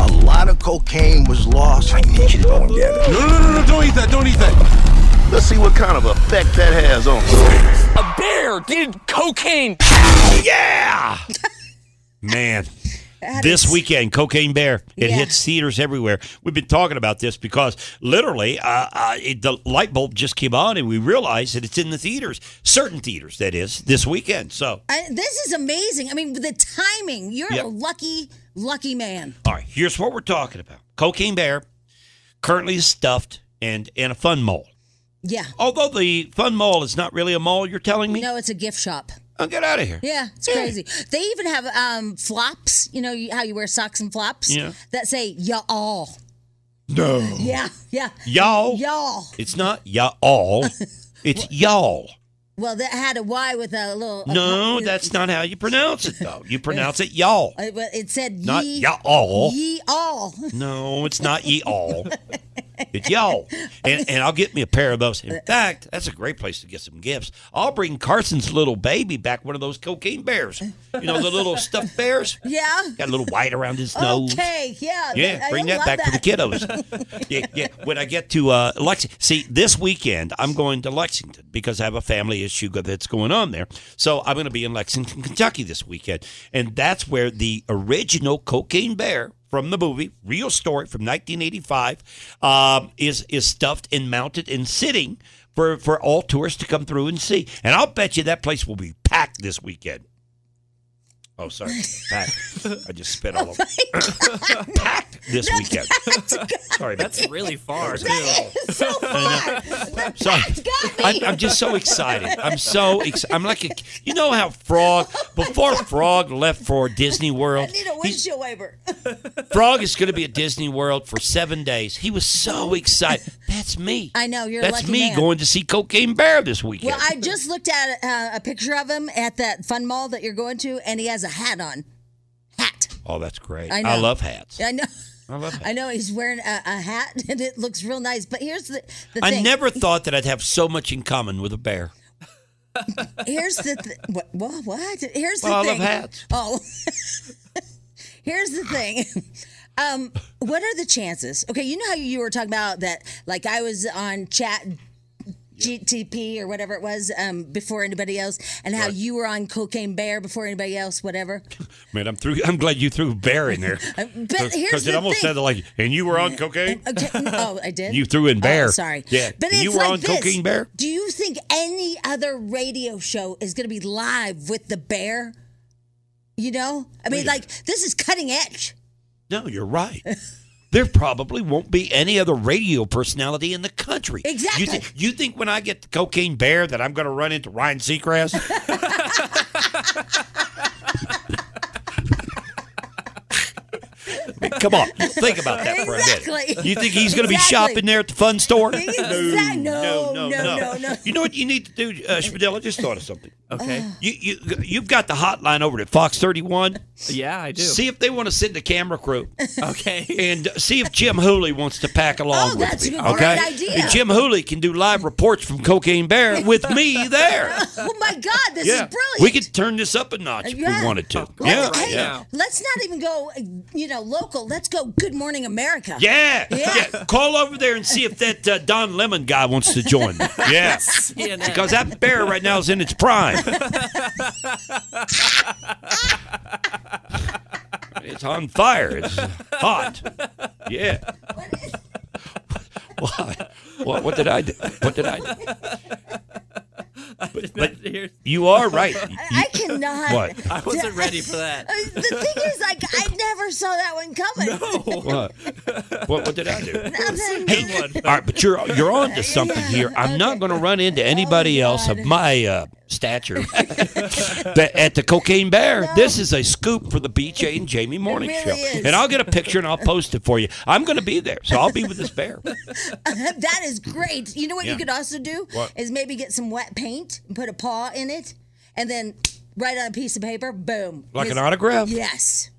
A lot of cocaine was lost. I need you to go and get it. No, no, no, no, don't eat that, don't eat that. Let's see what kind of effect that has on A bear did cocaine. Yeah! Man. this weekend, Cocaine Bear. It Yeah. hits theaters everywhere. We've been talking about this because literally uh, uh, it, the light bulb just came on and we realized that it's in the theaters, certain theaters, that is, this weekend. So, I, this is amazing. I mean, the timing. You're Yep. a lucky, lucky man. all right, here's what we're talking about Cocaine Bear currently is stuffed and in a fun mall. Yeah. Although the fun mall is not really a mall, you're telling me? No, it's a gift shop. Oh, get out of here. Yeah, it's crazy. They even have um flops. You know you, how you wear socks and flops. Yeah. That say y'all. No. Yeah, yeah, Y'all. y'all. It's not y'all. It's y'all. Well, that had a Y with a little. a- No, that's not how you pronounce it, though. You pronounce it y'all, Uh, but it said ye, not y'all. Ye all. No, it's not y'all. It's y'all. And, and I'll get me a pair of those. In fact, that's a great place to get some gifts. I'll bring Carson's little baby back one of those cocaine bears. You know, the little stuffed bears? Yeah. Got a little white around his Oh, nose. Okay. Yeah. Yeah, I bring love that back for the kiddos. yeah, yeah. When I get to uh, Lexington, see, this weekend I'm going to Lexington because I have a family issue go- that's going on there. So I'm going to be in Lexington, Kentucky this weekend, and that's where the original Cocaine Bear from the movie, real story from 1985, um, is is stuffed and mounted and sitting for for all tourists to come through and see. And I'll bet you that place will be packed this weekend. Oh, sorry, packed. I just spit all over packed this weekend. Sorry, about That's really far, too. So far. that. sorry. I'm, I'm just so excited. I'm so excited. I'm like a, you know how Frog before Frog left for Disney I World, need a he's- windshield wiper. Frog is going to be at Disney World for seven days. He was so excited. That's me. I know, you're a That's lucky me man. going to see Cocaine Bear this weekend. Well, I just looked at uh, a picture of him at that fun mall that you're going to, and he has a hat on. Hat. oh, that's great. I I, know. love hats. I know. I love hats. I know he's wearing a, a hat, and it looks real nice. But here's the, the I thing. never thought that I'd have so much in common with a bear. Here's the th- what, what? What? Here's the Well, I love thing. hats. Oh. Here's the thing. Um, what are the chances? Okay, you know how you were talking about that. Like I was on chat GTP or whatever it was um, before anybody else, and how you were on Cocaine Bear before anybody else, whatever. Man, I'm through. I'm glad you threw bear in there. But here's the it almost thing. sounded like, and you were on cocaine. Okay. Oh, I did. You threw in bear. Oh, sorry. Yeah. But You it's were like on this. Cocaine Bear? Do you think any other radio show is going to be live with the bear? You know, I mean, Wait. like this is cutting edge. No, you're right. There probably won't be any other radio personality in the country. Exactly. You, thi- you think when I get the cocaine bear that I'm going to run into Ryan Seacrest? I mean, come on, think about that for a minute. Exactly. You think he's going to be Exactly. shopping there at the fun store? Exact- no, no, no, no. You know what you need to do, uh, Spadell? I just thought of something. Okay. You, you, you've got the hotline over at Fox 31. Yeah, I do. See if they want to send a camera crew Okay. and see if Jim Hooley wants to pack along Oh, with that's me. a great okay, idea. And Jim Hooley can do live reports from Cocaine Bear with me there. Oh my God, this is brilliant. we could turn this up a notch if Yeah. we wanted to. Well, yeah, Let's- hey, yeah. Let's not even go, you know, local. Let's go. Good Morning America. Yeah. Yeah. yeah. Call over there and see if that uh, Don Lemon guy wants to join me. Yeah. CNN. Because that bear right now is in its prime. It's on fire. It's hot. Yeah. What, what, what did I do? What did I do? But, but Here- you are right. I cannot. What? I wasn't ready for that. I mean, the thing is, like, I never saw that one coming. What? What, what did I do? Nothing. Hey, all right, but you're you're on to something here. I'm not going to run into anybody Oh, else of my uh, stature that, at the Cocaine Bear. This is a scoop for the BJ and Jamie Morning really Show, is. and I'll get a picture and I'll post it for you. I'm going to be there, so I'll be with this bear. that is great. You know what Yeah. you could also do What? is maybe get some wet paint and put a paw in it, and then write on a piece of paper. Boom. Like His- an autograph? Yes.